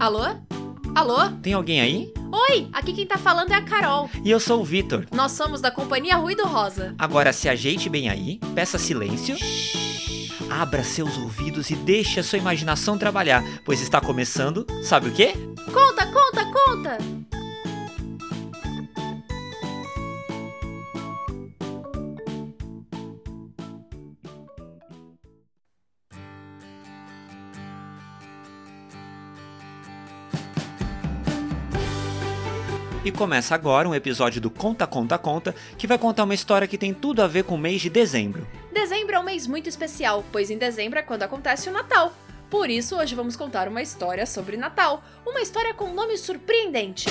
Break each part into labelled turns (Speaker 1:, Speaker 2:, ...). Speaker 1: Alô? Alô?
Speaker 2: Tem alguém aí?
Speaker 1: Oi, aqui quem tá falando é a Carol.
Speaker 2: E eu sou o Vitor.
Speaker 1: Nós somos da Companhia Ruído Rosa.
Speaker 2: Agora se ajeite bem aí, peça silêncio. Abra seus ouvidos e deixe a sua imaginação trabalhar, pois está começando, sabe o quê?
Speaker 1: Conta, conta, conta!
Speaker 2: E começa agora um episódio do Conta Conta Conta, que vai contar uma história que tem tudo a ver com o mês de dezembro.
Speaker 1: Dezembro é um mês muito especial, pois em dezembro é quando acontece o Natal. Por isso, hoje vamos contar uma história sobre Natal, uma história com um nome surpreendente.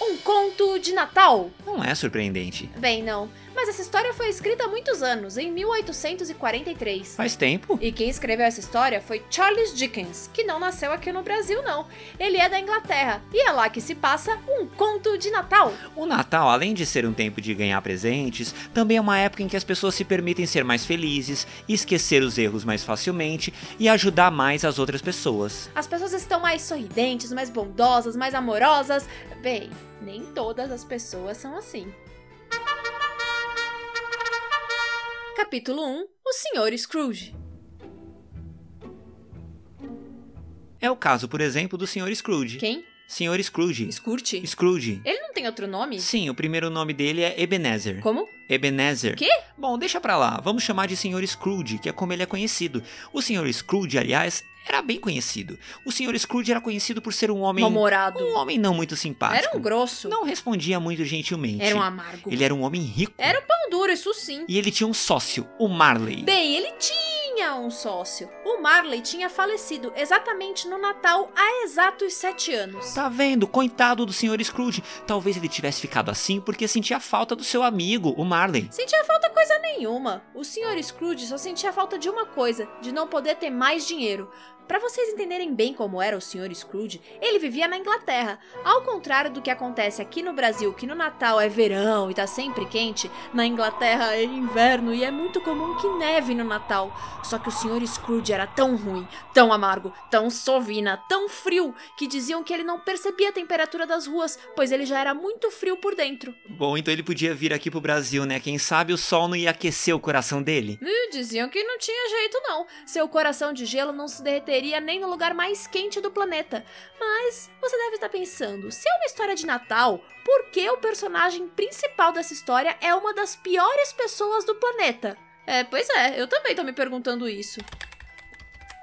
Speaker 1: Um conto de Natal.
Speaker 2: Não é surpreendente.
Speaker 1: Bem, não, mas essa história foi escrita há muitos anos, em 1843.
Speaker 2: Faz tempo?
Speaker 1: E quem escreveu essa história foi Charles Dickens, que não nasceu aqui no Brasil, não. Ele é da Inglaterra e é lá que se passa um conto de Natal.
Speaker 2: O Natal, além de ser um tempo de ganhar presentes, também é uma época em que as pessoas se permitem ser mais felizes, esquecer os erros mais facilmente e ajudar mais as outras pessoas.
Speaker 1: As pessoas estão mais sorridentes, mais bondosas, mais amorosas. Bem, nem todas as pessoas são assim. Capítulo 1 O Sr. Scrooge.
Speaker 2: É o caso, por exemplo, do Sr. Scrooge.
Speaker 1: Quem?
Speaker 2: Sr. Scrooge.
Speaker 1: Scrooge?
Speaker 2: Scrooge.
Speaker 1: Ele não tem outro nome?
Speaker 2: Sim, o primeiro nome dele é Ebenezer.
Speaker 1: Como?
Speaker 2: Ebenezer.
Speaker 1: Quê?
Speaker 2: Bom, deixa pra lá. Vamos chamar de Sr. Scrooge, que é como ele é conhecido. O Sr. Scrooge, aliás, era bem conhecido. O Sr. Scrooge era conhecido por ser um homem.
Speaker 1: Namorado.
Speaker 2: Um homem não muito simpático.
Speaker 1: Era um grosso.
Speaker 2: Não respondia muito gentilmente.
Speaker 1: Era um amargo.
Speaker 2: Ele era um homem rico.
Speaker 1: Era um pão duro, isso sim.
Speaker 2: E ele tinha um sócio, o Marley.
Speaker 1: Bem, ele tinha um sócio. O Marley tinha falecido exatamente no Natal há exatos sete anos.
Speaker 2: Tá vendo? Coitado do Sr. Scrooge. Talvez ele tivesse ficado assim porque sentia falta do seu amigo, o Marley.
Speaker 1: Sentia falta coisa nenhuma. O Sr. Scrooge só sentia falta de uma coisa, de não poder ter mais dinheiro. Pra vocês entenderem bem como era o Sr. Scrooge, ele vivia na Inglaterra. Ao contrário do que acontece aqui no Brasil, que no Natal é verão e tá sempre quente, na Inglaterra é inverno e é muito comum que neve no Natal. Só que o Sr. Scrooge era tão ruim, tão amargo, tão sovina, tão frio, que diziam que ele não percebia a temperatura das ruas, pois ele já era muito frio por dentro.
Speaker 2: Bom, então ele podia vir aqui pro Brasil, né? Quem sabe o sol não ia aquecer o coração dele?
Speaker 1: E Hum, diziam que não tinha jeito não. Seu coração de gelo não se derreteria nem no lugar mais quente do planeta. Mas você deve estar pensando, se é uma história de Natal, por que o personagem principal dessa história é uma das piores pessoas do planeta? É, pois é, eu também tô me perguntando isso.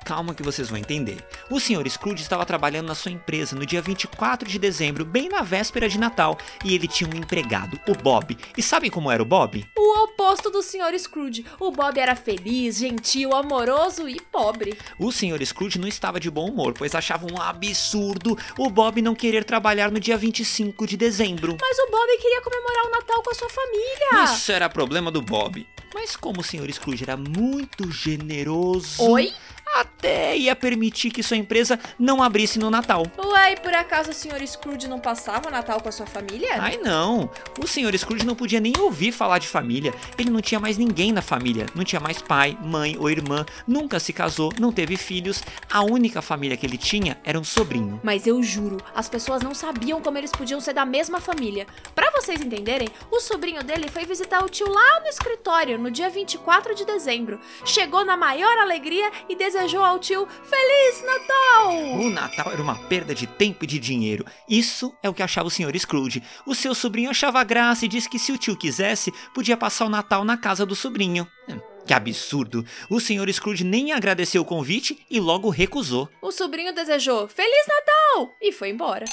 Speaker 2: Calma que vocês vão entender. O Sr. Scrooge estava trabalhando na sua empresa no dia 24 de dezembro, bem na véspera de Natal, e ele tinha um empregado, o Bob. E sabem como era o Bob?
Speaker 1: O oposto do Sr. Scrooge. O Bob era feliz, gentil, amoroso e pobre.
Speaker 2: O Sr. Scrooge não estava de bom humor, pois achava um absurdo o Bob não querer trabalhar no dia 25 de dezembro.
Speaker 1: Mas o Bob queria comemorar o Natal com a sua família.
Speaker 2: Isso era problema do Bob. Mas como o Sr. Scrooge era muito generoso,
Speaker 1: Oi?
Speaker 2: até ia permitir que sua empresa não abrisse no Natal.
Speaker 1: Ué, e por acaso o Sr. Scrooge não passava o Natal com a sua família?
Speaker 2: Ai não, o Sr. Scrooge não podia nem ouvir falar de família. Ele não tinha mais ninguém na família. Não tinha mais pai, mãe ou irmã. Nunca se casou, não teve filhos. A única família que ele tinha era um sobrinho.
Speaker 1: Mas eu juro, as pessoas não sabiam como eles podiam ser da mesma família. Pra vocês entenderem, o sobrinho dele foi visitar o tio lá no escritório no dia 24 de dezembro. Chegou na maior alegria e desejou ao tio Feliz Natal!
Speaker 2: O Natal era uma perda de tempo e de dinheiro. Isso é o que achava o Sr. Scrooge. O seu sobrinho achava graça e disse que se o tio quisesse, podia passar o Natal na casa do sobrinho. Hum, Que absurdo! O Sr. Scrooge nem agradeceu o convite e logo recusou.
Speaker 1: O sobrinho desejou Feliz Natal! E foi embora.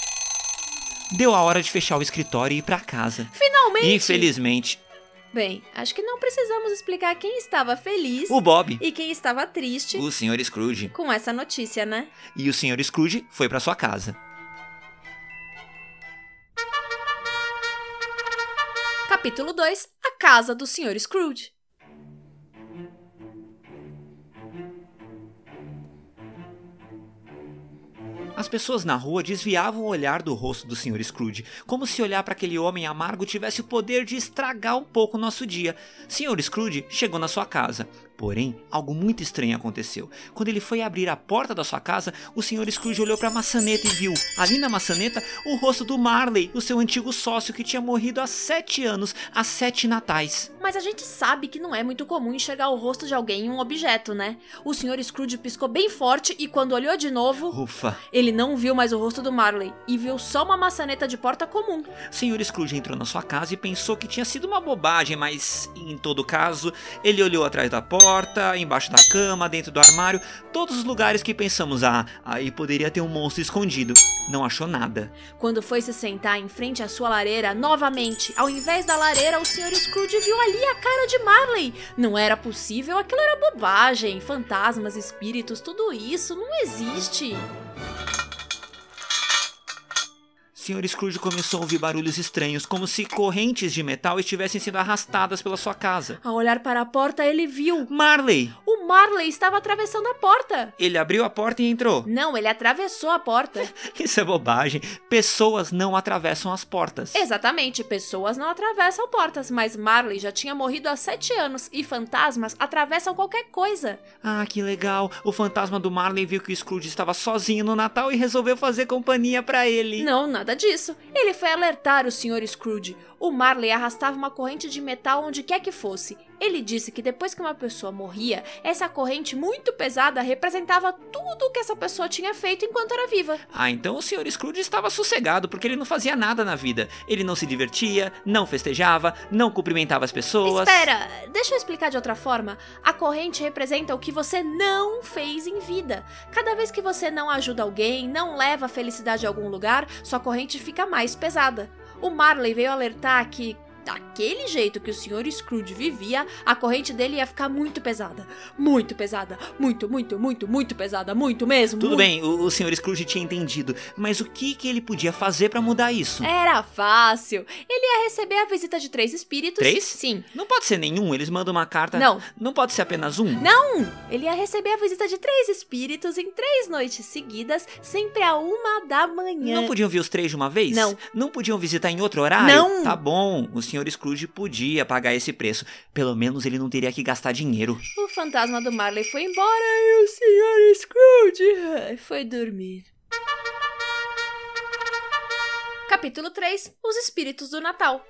Speaker 2: Deu a hora de fechar o escritório e ir pra casa.
Speaker 1: Finalmente!
Speaker 2: Infelizmente,
Speaker 1: Bem, acho que não precisamos explicar quem estava feliz
Speaker 2: o Bob,
Speaker 1: e quem estava triste
Speaker 2: o Sr. Scrooge
Speaker 1: com essa notícia, né?
Speaker 2: e o Sr. Scrooge foi pra sua casa.
Speaker 1: Capítulo 2 A Casa do Sr. Scrooge.
Speaker 2: As pessoas na rua desviavam o olhar do rosto do Sr. Scrooge, como se olhar para aquele homem amargo tivesse o poder de estragar um pouco o nosso dia. Sr. Scrooge chegou na sua casa. Porém, algo muito estranho aconteceu. Quando ele foi abrir a porta da sua casa, o Sr. Scrooge olhou para a maçaneta e viu, ali na maçaneta, o rosto do Marley, o seu antigo sócio que tinha morrido há sete anos, há sete natais.
Speaker 1: Mas a gente sabe que não é muito comum enxergar o rosto de alguém em um objeto, né? O Sr. Scrooge piscou bem forte e quando olhou de novo,
Speaker 2: Ufa!
Speaker 1: ele não viu mais o rosto do Marley e viu só uma maçaneta de porta comum.
Speaker 2: Sr. Scrooge entrou na sua casa e pensou que tinha sido uma bobagem, mas em todo caso, ele olhou atrás da porta, embaixo da cama, dentro do armário, todos os lugares que pensamos, ah, aí poderia ter um monstro escondido. Não achou nada.
Speaker 1: Quando foi se sentar em frente à sua lareira, novamente, ao invés da lareira, o Sr. Scrooge viu ali a cara de Marley. Não era possível, aquilo era bobagem. Fantasmas, espíritos, tudo isso não existe.
Speaker 2: Sr. Scrooge começou a ouvir barulhos estranhos, como se correntes de metal estivessem sendo arrastadas pela sua casa.
Speaker 1: Ao olhar para a porta, ele viu.
Speaker 2: Marley!
Speaker 1: O Marley estava atravessando a porta.
Speaker 2: Ele abriu a porta e entrou.
Speaker 1: Não, ele atravessou a porta.
Speaker 2: Isso é bobagem. Pessoas não atravessam as portas.
Speaker 1: Exatamente, pessoas não atravessam portas, mas Marley já tinha morrido há sete anos e fantasmas atravessam qualquer coisa.
Speaker 2: Ah, que legal! O fantasma do Marley viu que o Scrooge estava sozinho no Natal e resolveu fazer companhia pra ele.
Speaker 1: Não, nada disso. Ele foi alertar o Sr. Scrooge. O Marley arrastava uma corrente de metal onde quer que fosse. Ele disse que depois que uma pessoa morria, essa corrente muito pesada representava tudo o que essa pessoa tinha feito enquanto era viva.
Speaker 2: Ah, então o Sr. Scrooge estava sossegado, porque ele não fazia nada na vida. Ele não se divertia, não festejava, não cumprimentava as pessoas.
Speaker 1: Espera, deixa eu explicar de outra forma. A corrente representa o que você não fez em vida. Cada vez que você não ajuda alguém, não leva a felicidade a algum lugar, sua corrente fica mais pesada. O Marley veio alertar que, daquele jeito que o Sr. Scrooge vivia, a corrente dele ia ficar muito pesada. Muito pesada. Muito, muito, muito, muito pesada. Muito mesmo.
Speaker 2: Tudo
Speaker 1: muito.
Speaker 2: bem, o, o Sr. Scrooge tinha entendido, mas o que, que ele podia fazer pra mudar isso?
Speaker 1: Era fácil. Ele ia receber a visita de três espíritos.
Speaker 2: Três? Tá.
Speaker 1: Sim.
Speaker 2: Não pode ser nenhum, eles mandam uma carta.
Speaker 1: Não.
Speaker 2: Não pode ser apenas um?
Speaker 1: Não! Ele ia receber a visita de três espíritos em três noites seguidas, sempre a uma da manhã.
Speaker 2: Não podiam ver os três de uma vez?
Speaker 1: Não.
Speaker 2: Não podiam visitar em outro horário?
Speaker 1: Não.
Speaker 2: Tá bom, o Sr. Scrooge podia pagar esse preço. Pelo menos ele não teria que gastar dinheiro.
Speaker 1: O fantasma do Marley foi embora e o Sr. Scrooge ah, foi dormir. Capítulo 3 Os Espíritos do Natal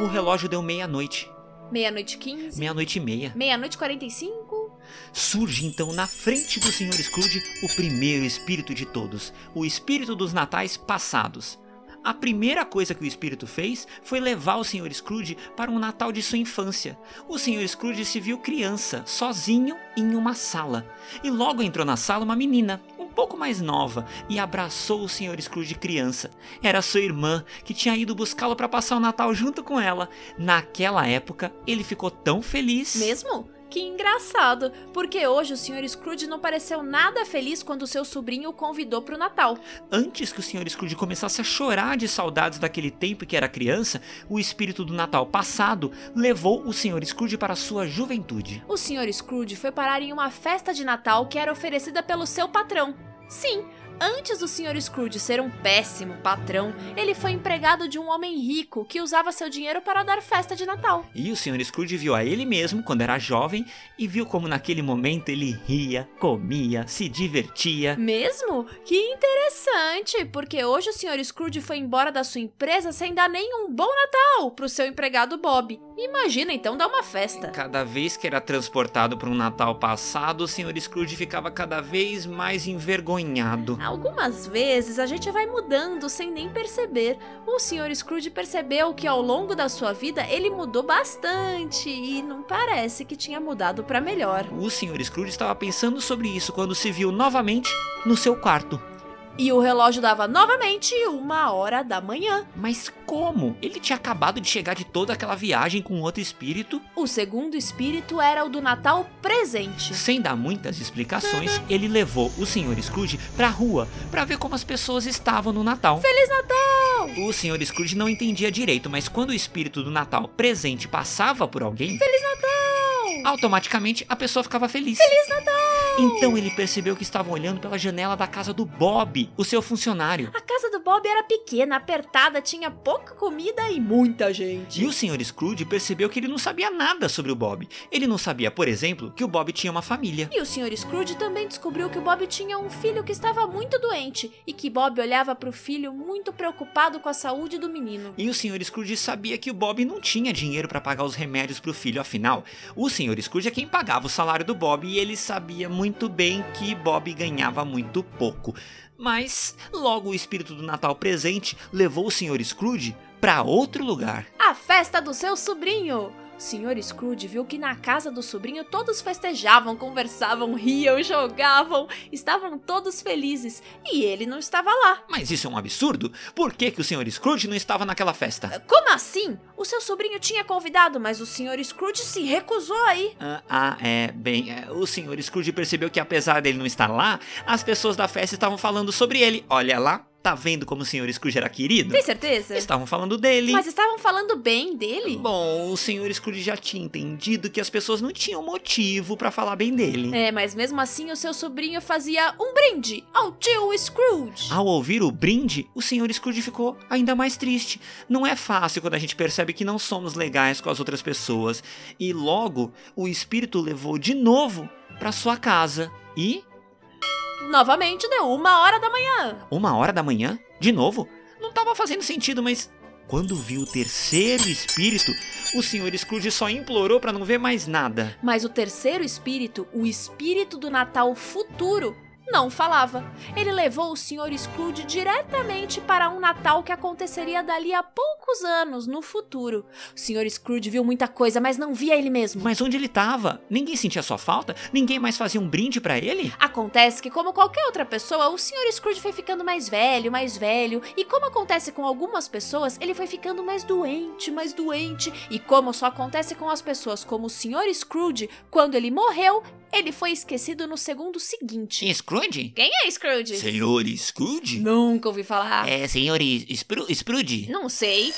Speaker 2: O relógio deu meia-noite.
Speaker 1: Meia-noite 15,
Speaker 2: Meia-noite e meia.
Speaker 1: meia-noite 45.
Speaker 2: Surge então na frente do Sr. Scrooge o primeiro espírito de todos, o espírito dos natais passados. A primeira coisa que o espírito fez foi levar o Sr. Scrooge para um Natal de sua infância. O Sr. Scrooge se viu criança, sozinho em uma sala. E logo entrou na sala uma menina, um pouco mais nova, e abraçou o Sr. Scrooge criança. Era sua irmã, que tinha ido buscá-lo para passar o Natal junto com ela. Naquela época, ele ficou tão feliz.
Speaker 1: Mesmo? Que engraçado, porque hoje o Sr. Scrooge não pareceu nada feliz quando seu sobrinho o convidou pro Natal.
Speaker 2: Antes que o Sr. Scrooge começasse a chorar de saudades daquele tempo em que era criança, o espírito do Natal passado levou o Sr. Scrooge para sua juventude.
Speaker 1: O Sr. Scrooge foi parar em uma festa de Natal que era oferecida pelo seu patrão. Sim, antes do Sr. Scrooge ser um péssimo patrão, ele foi empregado de um homem rico que usava seu dinheiro para dar festa de Natal.
Speaker 2: E o Sr. Scrooge viu a ele mesmo quando era jovem e viu como naquele momento ele ria, comia, se divertia.
Speaker 1: Mesmo? Que interessante, porque hoje o Sr. Scrooge foi embora da sua empresa sem dar nenhum bom Natal pro seu empregado Bob. Imagina então dar uma festa.
Speaker 2: Cada vez que era transportado para um Natal passado, o Sr. Scrooge ficava cada vez mais envergonhado.
Speaker 1: Algumas vezes a gente vai mudando sem nem perceber. O Sr. Scrooge percebeu que ao longo da sua vida ele mudou bastante e não parece que tinha mudado pra melhor.
Speaker 2: O Sr. Scrooge estava pensando sobre isso quando se viu novamente no seu quarto.
Speaker 1: E o relógio dava novamente uma hora da manhã.
Speaker 2: Mas como? Ele tinha acabado de chegar de toda aquela viagem com outro espírito.
Speaker 1: O segundo espírito era o do Natal presente.
Speaker 2: Sem dar muitas explicações, ele levou o Sr. Scrooge pra rua pra ver como as pessoas estavam no Natal.
Speaker 1: Feliz Natal!
Speaker 2: O Sr. Scrooge não entendia direito, mas quando o espírito do Natal presente passava por alguém, automaticamente a pessoa ficava feliz. Feliz Natal! Então ele percebeu que estavam olhando pela janela da casa do Bob, o seu funcionário.
Speaker 1: A casa do Bob era pequena, apertada, tinha pouca comida e muita gente.
Speaker 2: E o Sr. Scrooge percebeu que ele não sabia nada sobre o Bob. Ele não sabia, por exemplo, que o Bob tinha uma família.
Speaker 1: E o Sr. Scrooge também descobriu que o Bob tinha um filho que estava muito doente e que Bob olhava para o filho muito preocupado com a saúde do menino.
Speaker 2: E o Sr. Scrooge sabia que o Bob não tinha dinheiro para pagar os remédios para o filho, afinal, o Sr. Scrooge é quem pagava o salário do Bob e ele sabia muito bem que Bob ganhava muito pouco. Mas logo o espírito do Natal presente levou o Sr. Scrooge para outro lugar.
Speaker 1: A festa do seu sobrinho! Sr. Scrooge viu que na casa do sobrinho todos festejavam, conversavam, riam, jogavam, estavam todos felizes e ele não estava lá.
Speaker 2: Mas isso é um absurdo! Por que, que o Sr. Scrooge não estava naquela festa?
Speaker 1: Como assim? O seu sobrinho tinha convidado, mas o Sr. Scrooge se recusou aí.
Speaker 2: Ah, ah, é, bem, é, o Sr. Scrooge percebeu que apesar dele não estar lá, as pessoas da festa estavam falando sobre ele. Olha lá, tá vendo como o Sr. Scrooge era querido?
Speaker 1: Tem certeza?
Speaker 2: Estavam falando dele.
Speaker 1: Mas estavam falando bem dele?
Speaker 2: Bom, o Sr. Scrooge já tinha entendido que as pessoas não tinham motivo pra falar bem dele.
Speaker 1: É, mas mesmo assim o seu sobrinho fazia um brinde ao tio Scrooge.
Speaker 2: Ao ouvir o brinde, o Sr. Scrooge ficou ainda mais triste. Não é fácil quando a gente percebe que não somos legais com as outras pessoas. E logo, o espírito levou de novo pra sua casa. E
Speaker 1: Novamente deu uma hora da manhã.
Speaker 2: Uma hora da manhã? De novo? Não tava fazendo sentido, mas. Quando viu o terceiro espírito, o Sr. Scrooge só implorou para não ver mais nada.
Speaker 1: Mas o terceiro espírito, o espírito do Natal futuro, não falava. Ele levou o Sr. Scrooge diretamente para um Natal que aconteceria dali a poucos anos no futuro. O Sr. Scrooge viu muita coisa, mas não via ele mesmo.
Speaker 2: Mas onde ele tava? Ninguém sentia sua falta? Ninguém mais fazia um brinde pra ele?
Speaker 1: Acontece que, como qualquer outra pessoa, o Sr. Scrooge foi ficando mais velho, mais velho, e como acontece com algumas pessoas, ele foi ficando mais doente, mais doente, e como só acontece com as pessoas como o Sr. Scrooge, quando ele morreu, ele foi esquecido no segundo seguinte.
Speaker 2: Scrooge?
Speaker 1: Quem é Scrooge?
Speaker 2: Senhor Scrooge?
Speaker 1: Nunca ouvi falar.
Speaker 2: É, senhor Spru Scrooge?
Speaker 1: Não sei.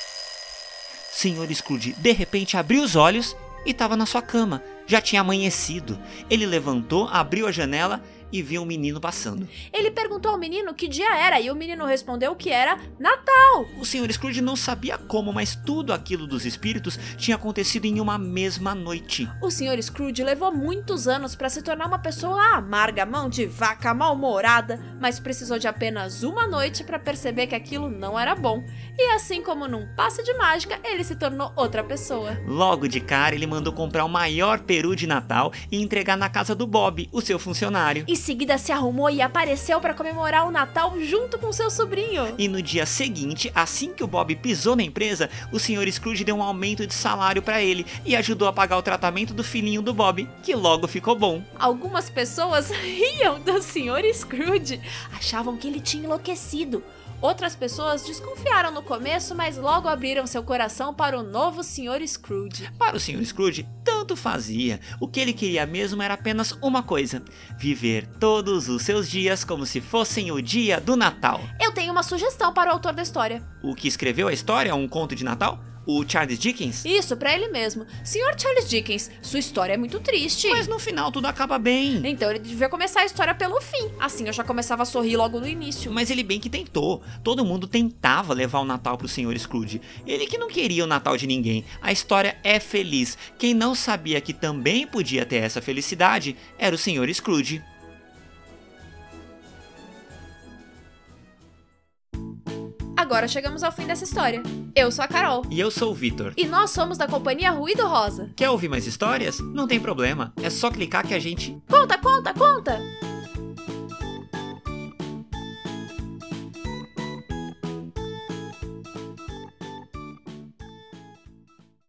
Speaker 2: Senhor Scrooge de repente abriu os olhos e estava na sua cama. Já tinha amanhecido. Ele levantou, abriu a janela e viu um menino passando.
Speaker 1: Ele perguntou ao menino que dia era e o menino respondeu que era Natal.
Speaker 2: O Sr. Scrooge não sabia como, mas tudo aquilo dos espíritos tinha acontecido em uma mesma noite.
Speaker 1: O Sr. Scrooge levou muitos anos para se tornar uma pessoa amarga, mão de vaca, mal-humorada, mas precisou de apenas uma noite para perceber que aquilo não era bom. E assim como num passe de mágica, ele se tornou outra pessoa.
Speaker 2: Logo de cara, ele mandou comprar o maior peru de Natal e entregar na casa do Bob, o seu funcionário.
Speaker 1: Em seguida, se arrumou e apareceu para comemorar o Natal junto com seu sobrinho.
Speaker 2: E no dia seguinte, assim que o Bob pisou na empresa, o Sr. Scrooge deu um aumento de salário para ele e ajudou a pagar o tratamento do filhinho do Bob, que logo ficou bom.
Speaker 1: Algumas pessoas riam do Sr. Scrooge, achavam que ele tinha enlouquecido. Outras pessoas desconfiaram no começo, mas logo abriram seu coração para o novo Sr. Scrooge.
Speaker 2: Para o Sr. Scrooge, tanto fazia. O que ele queria mesmo era apenas uma coisa: viver todos os seus dias como se fossem o dia do Natal.
Speaker 1: Eu tenho uma sugestão para o autor da história.
Speaker 2: O que escreveu a história, um conto de Natal? O Charles Dickens?
Speaker 1: Isso, para ele mesmo. Sr. Charles Dickens, sua história é muito triste.
Speaker 2: Mas no final tudo acaba bem.
Speaker 1: Então ele devia começar a história pelo fim. Assim eu já começava a sorrir logo no início.
Speaker 2: Mas ele bem que tentou. Todo mundo tentava levar o Natal pro Sr. Scrooge. Ele que não queria o Natal de ninguém. A história é feliz. Quem não sabia que também podia ter essa felicidade era o Sr. Scrooge.
Speaker 1: Agora chegamos ao fim dessa história. Eu sou a Carol.
Speaker 2: E eu sou o Vitor.
Speaker 1: E nós somos da companhia Ruído Rosa.
Speaker 2: Quer ouvir mais histórias? Não tem problema. É só clicar que a gente
Speaker 1: Conta, conta, conta!